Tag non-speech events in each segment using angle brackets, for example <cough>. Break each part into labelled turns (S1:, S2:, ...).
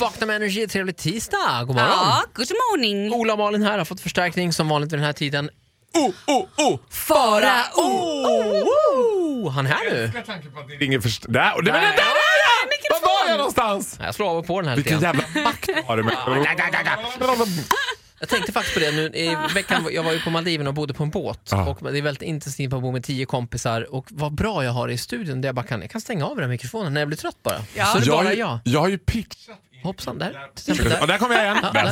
S1: Vakna med Energy, trevlig tisdag! God morgon!
S2: Ja, good morning.
S1: Ola och Malin här har fått förstärkning som vanligt vid den här tiden. Oh, oh, oh! Fara, oh, oh, oh. Han är här nu.
S3: älskar tanken på att det ringer först... Där! Och det, men det där var jag! Var var jag någonstans?
S1: Jag slår av och på den här lite
S3: Vilken
S1: grann.
S3: jävla makt har du med?
S1: Jag tänkte faktiskt på det nu i
S3: Ah.
S1: veckan. Jag var ju på Maldiven och bodde på en båt. Och det är väldigt intensivt att bo med tio kompisar. Och vad bra jag har i studion där jag bara kan, jag kan stänga av den här mikrofonen när jag blir trött bara.
S2: Ja.
S1: Så är det
S3: Jag, har
S1: bara
S3: ju-
S1: jag.
S3: jag har ju pitchat in...
S1: Hoppsan, där. Till exempel
S3: <laughs> Och
S1: där.
S3: där kommer jag
S1: <laughs>
S3: igen.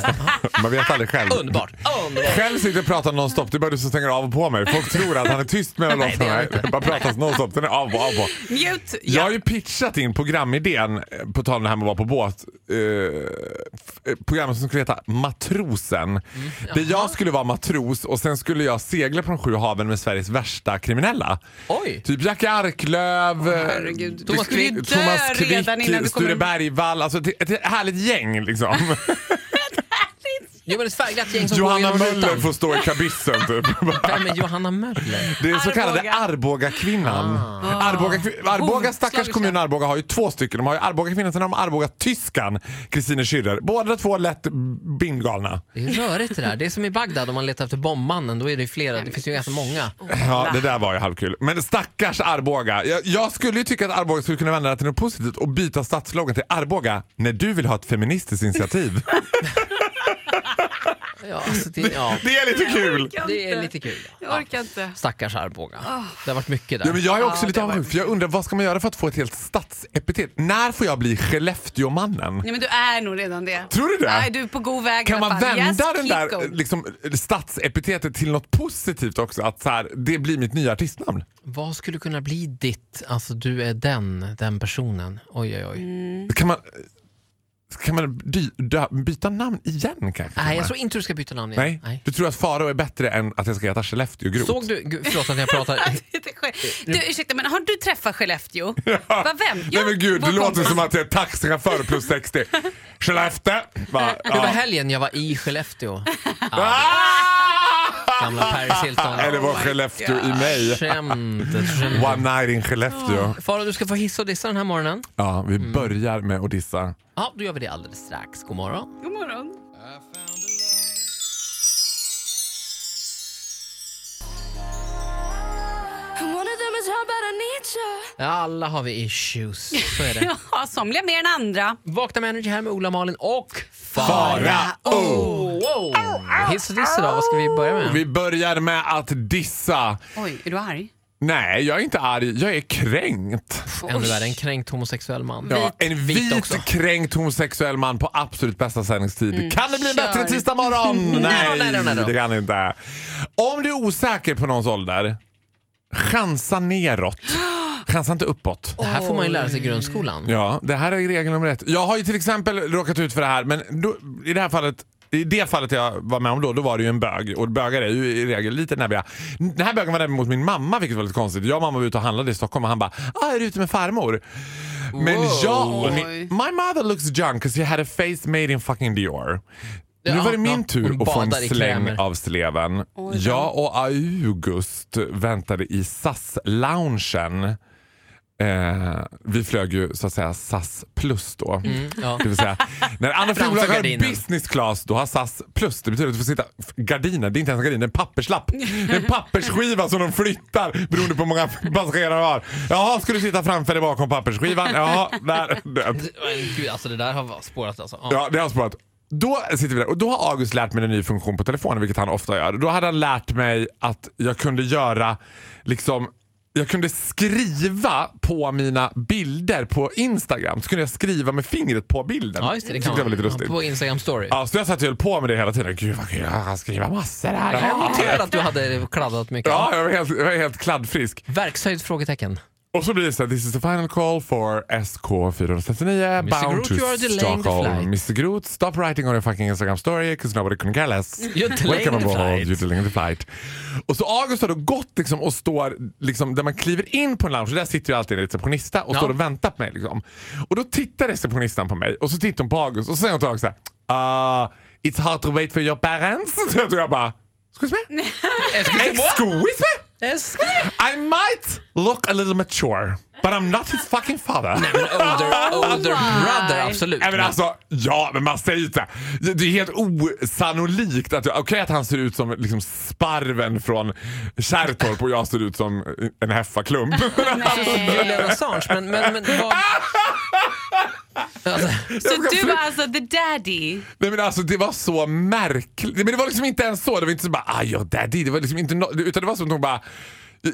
S3: Man vet aldrig själv.
S1: Underbart! Underbart!
S3: Själv sitter och pratar nonstop. Det är bara du som stänger av och på mig. Folk tror att han är tyst med och
S1: Nej,
S3: låtsas
S1: det är
S3: mig.
S1: jag inte.
S3: Bara pratas nonstop. Den är av och av och på.
S2: Mute.
S3: Jag
S2: Ja.
S3: har ju pitchat in programidén, eh, på tal om det här med att vara på båt, eh, f- eh, programmet som skulle heta Matrosen.
S1: Mm.
S3: Där jag skulle vara matros och sen skulle jag segla på de sju haven med Sveriges värsta kriminella.
S1: Oj!
S3: Typ Jackie Arklöv, eh,
S2: herregud.
S3: det-
S1: Thomas Quick.
S2: Du skulle ju dö
S3: Thomas
S2: redan innan du
S3: Quick,
S2: kommer-
S3: Sture Bergvall. Alltså ett, ett härligt
S1: <laughs>
S3: gäng liksom.
S1: Jo men ett färgglatt gäng som går
S3: Johanna
S1: genom
S3: Möller
S1: rutan.
S3: får stå i kabyssen typ.
S1: <laughs> Vem är Johanna Möller?
S3: Det är så
S2: Arboga.
S3: kallade Arbogakvinnan.
S1: Ah.
S3: Arboga, Arboga, stackars
S2: Slagerska.
S3: kommun Arboga har ju två stycken. De har ju Arbogakvinnan sen har de Arbogatyskan, Kristine Schürrer. Båda två lätt bindgalna.
S1: Det är rörigt det där. Det är som i Bagdad om man letar efter bombmannen. Då är det ju flera. Det finns ju ganska många.
S3: Ja, det där var ju halvkul. Men stackars Arboga. Jag, jag skulle ju tycka att Arboga skulle kunna vända det till något positivt och byta stadslogan till Arboga när du vill ha ett feministiskt initiativ.
S1: Ja, alltså, det, <laughs> ja,
S3: det är lite kul!
S1: det är lite kul.
S2: Jag
S1: Ja.
S2: orkar inte.
S1: Stackars Arboga. Det har varit mycket
S3: Ja, men
S1: där.
S3: jag är också lite avundsjuk för jag undrar vad ska man göra för att få ett helt stadsepitet? När får jag bli Skellefteåmannen?
S2: Nej men du är nog redan det.
S3: Tror du det?
S2: Nej, du är på god väg i
S3: Kan
S2: alla
S3: man
S2: fall.
S3: vända
S2: Yes,
S3: den
S2: keep
S3: där <laughs>
S2: going.
S3: liksom, stadsepitetet till något positivt också? Att så här, det blir mitt nya artistnamn.
S1: Vad skulle kunna bli ditt, alltså du är den, den personen. Oj, oj, oj.
S2: Mm.
S3: Kan man, kan man dy, dö, byta namn igen kanske?
S1: Nej, jag tror inte du ska byta namn igen.
S3: Nej? Du tror att Faro är bättre än att jag ska heta Skellefteå Groth?
S1: Såg du, gud, förlåt att jag
S2: <laughs>
S1: pratar.
S2: Det är skönt. Du, ursäkta, men har du träffat Skellefteå? Vad vem?
S3: <laughs> Nej men gud,
S2: vår
S3: det låter
S2: kompis.
S3: som att jag är taxichaufför plus 60.
S1: <laughs>
S3: Skellefteå! Va?
S1: Det var
S3: Ja.
S1: helgen jag var i
S2: <laughs>
S1: Skellefteå.
S3: Ah!
S1: Gamla Paris Hilton.
S3: Eller var Skellefteå i mig?
S1: Skämtet.
S3: One night in Skellefteå.
S1: Farao, du ska få hissa och dissa den här morgonen.
S3: Ja, vi
S1: Mm.
S3: börjar med att dissa.
S1: Ja, då gör vi det alldeles strax. God morgon.
S2: God morgon.
S1: Ja, alla har vi issues. Så är det.
S2: Ja, somliga mer än andra.
S1: Vakna med Energy här med Ola, Malin och
S3: Farao!
S1: Wow. Hiss och diss idag, vad ska vi börja med?
S3: Vi börjar med att dissa.
S2: Oj, är du arg?
S3: Nej, jag är inte arg. Jag är kränkt.
S1: Ännu värre, en kränkt homosexuell man.
S3: Ja, en
S1: Vit
S3: vit,
S1: också. Mm.
S3: kränkt homosexuell man på absolut bästa sändningstid. Kan det bli en
S2: Kör.
S3: bättre tisdag morgon? nej,
S1: <laughs> nej, nej, nej, nej.
S3: det kan det inte. Om du är osäker på någons ålder, chansa neråt. Chansa inte uppåt.
S1: Det här får man ju lära sig i grundskolan.
S3: Ja, det här är regel nummer ett. Jag har ju till exempel råkat ut för det här, men då, i det här fallet i det fallet jag var med om då, då var det ju en bög. Och bögar är ju i regel lite näbbiga. Den här bögen var däremot min mamma, vilket var lite konstigt. Jag och mamma var ute och handlade i Stockholm och han bara ah, “Är du ute med farmor?” Men jag... och ni-
S2: Oj.
S3: My mother looks drunk because she had a face made in fucking Dior. nu var det
S1: Ja,
S3: min
S1: ja.
S3: tur
S1: Hon
S3: att få en
S1: badar i
S3: släng
S1: krämer.
S3: av sleven. Jag och August väntade i SAS-loungen. Eh, vi flög ju så att säga SAS plus då.
S1: ja.
S3: Det vill säga, när andra flygbolag har
S1: gardinen.
S3: business class då har SAS plus. Det betyder att du får sitta... f- Gardiner, det är inte ens en gardin, det är en papperslapp. Det är en pappersskiva som de flyttar beroende på hur många <laughs> passagerare du har. Jaha, ska du sitta framför eller bakom pappersskivan? Jaha, där. död.
S1: Men Gud, alltså det där har spårat alltså. Ja.
S3: Ja, det har spårat. Då sitter vi där och då har August lärt mig en ny funktion på telefonen, vilket han ofta gör. Då hade han lärt mig att jag kunde göra liksom jag kunde skriva på mina bilder på Instagram. Så kunde jag skriva med fingret på bilden.
S1: ja, just det. Det
S3: tyckte
S1: kan
S3: jag var lite
S1: man.
S3: lustigt.
S1: På e- Instagram story.
S3: Ja, så jag satt och höll på med det hela tiden. Gud vad kul, jag kan skriva massor här.
S1: Jag noterade
S3: Ja,
S1: att du hade kladdat mycket.
S3: ja jag, var helt, jag var helt kladdfrisk.
S1: Verkshöjd? Frågetecken.
S3: Och så blir det så här, this is the final call for SK439
S1: Mr.
S3: bound
S1: Groth,
S3: to
S1: you are delaying the
S3: Stockholm.
S1: flight.
S3: Mr Groth, stop writing on your fucking Instagram story because nobody can care
S1: <laughs>
S3: less.
S1: You're delaying
S3: Welcome
S1: the
S3: aboard,
S1: flight.
S3: you're delaying the flight. Och så August har då gått liksom och står liksom där man kliver in på en lounge, där sitter ju alltid en receptionista och
S1: Ja.
S3: står och väntar på mig. Liksom. Och då tittar receptionisten på mig och så tittar hon på August och så säger hon till August så här, uh, <laughs> It's hard to wait for your parents. Så jag bara, excuse me?
S1: <laughs> Excuse me?
S3: Excuse me?
S1: S.
S3: I might look a little mature, but I'm not his fucking father.
S1: Men older, older
S2: my.
S1: brother, absolut.
S3: Oh Nej, men alltså, ja, men man säger ju inte det. Det är helt osannolikt att, okej att han ser ut som liksom sparven från Kärrtorp och jag ser ut som en heffaklump.
S1: Julian Assange, men, men, men
S3: <laughs>
S1: vad... Alltså,
S2: Så du var alltså the daddy?
S3: Nej men alltså det var så märkligt. Men det var liksom inte ens så. Det var inte så bara ah, your daddy. Det var liksom inte no utan det var som att hon bara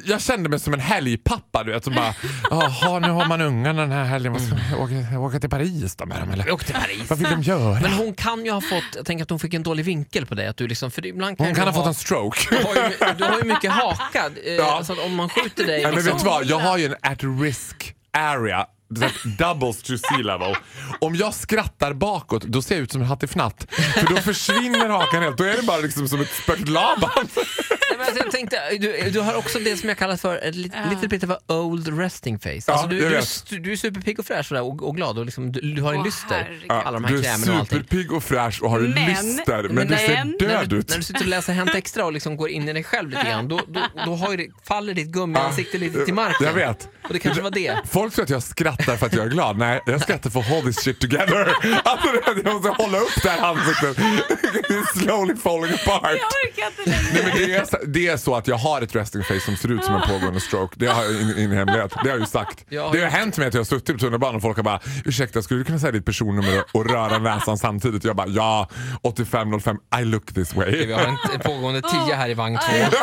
S3: jag kände mig som en helgpappa du vet som bara jaha nu har man ungarna den här helgen. Vad ska man åka, åka till Paris då med dem eller?
S1: åk till Paris.
S3: Vad vill de göra?
S1: Men hon kan ju ha fått, jag tänker att hon fick en dålig vinkel på dig. Att du liksom, för ibland kan
S3: Hon
S1: ju
S3: kan ha fått
S1: <laughs>
S3: en stroke.
S1: Du har ju, du har ju mycket haka, eh,
S3: Ja.
S1: så att om man skjuter dig...
S3: Nej, men
S1: liksom-
S3: vet du vad? Jag har ju en at risk area. så att Doubles to sea level. Om jag skrattar bakåt då ser jag ut som en hattifnatt. För då försvinner hakan helt. Då är det bara liksom som ett spökt Laban.
S1: Nej, men alltså, jag tänkte, du, du har också det som jag kallar för ett lit, lite bit av a old resting face. alltså, du,
S3: jag
S1: du, är
S3: vet.
S1: stu- du är superpigg och fräsch sådär, och, och glad och liksom, du, du har en
S2: Åh,
S1: lyster.
S2: herregud.
S1: alla de här
S3: Du är
S1: krämerna och allting.
S3: superpigg och fräsch och har en
S2: Men-
S3: lyster men,
S2: men
S3: du
S2: när-
S3: ser
S1: När
S3: död
S1: du,
S3: ut.
S1: när du sitter och läser Hänt Extra och liksom går in i dig själv lite grann, då, då, då har ju det, faller ditt gummiansikte lite till marken.
S3: Jag vet.
S1: Och det kanske var
S3: <laughs>
S1: det.
S3: Folk tror att jag skrattar för att jag är glad. Nej, jag skrattar för hold this shit together. Alltså, jag måste hålla upp det här ansiktet. <laughs> It's slowly falling apart.
S2: Jag orkar inte längre.
S3: Nej, men det, är, så- det är så att jag har ett resting face som ser ut som en pågående stroke. Det har jag in, in i hemlighet. Det har jag ju sagt.
S1: Ja,
S3: det har hänt mig att jag har suttit på tunnelbanan och folk har bara ursäkta skulle du kunna säga ditt personnummer och- och röra näsan samtidigt? Jag bara ja 8505 I look this
S1: Vi
S3: way.
S1: har en t- pågående tia här i vagn två.
S3: <laughs>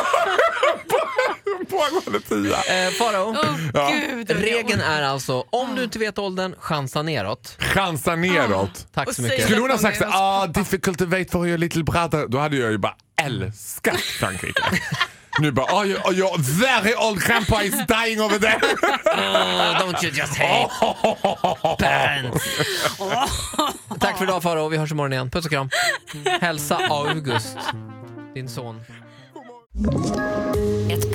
S3: Pågående tia.
S1: Eh, Farao,
S2: Åh gud. vad jag
S1: regeln är alltså om du inte vet åldern, chansa neråt.
S3: Chansa neråt.
S1: Ah, Tack
S2: Och
S1: så
S2: säg-
S1: mycket.
S3: Skulle hon ha sagt så,
S2: Hon är
S3: ah,
S2: hans pappa."
S3: difficult to wait for your little brother, då hade jag ju bara älskat
S1: <laughs>
S3: Frankrike. nu bara, oh, your, your very old grandpa is dying over there.
S1: Oh, don't you just hate parents. Tack för idag Farao, vi hörs imorgon igen. Puss och kram. Hälsa August, din son.
S4: Ett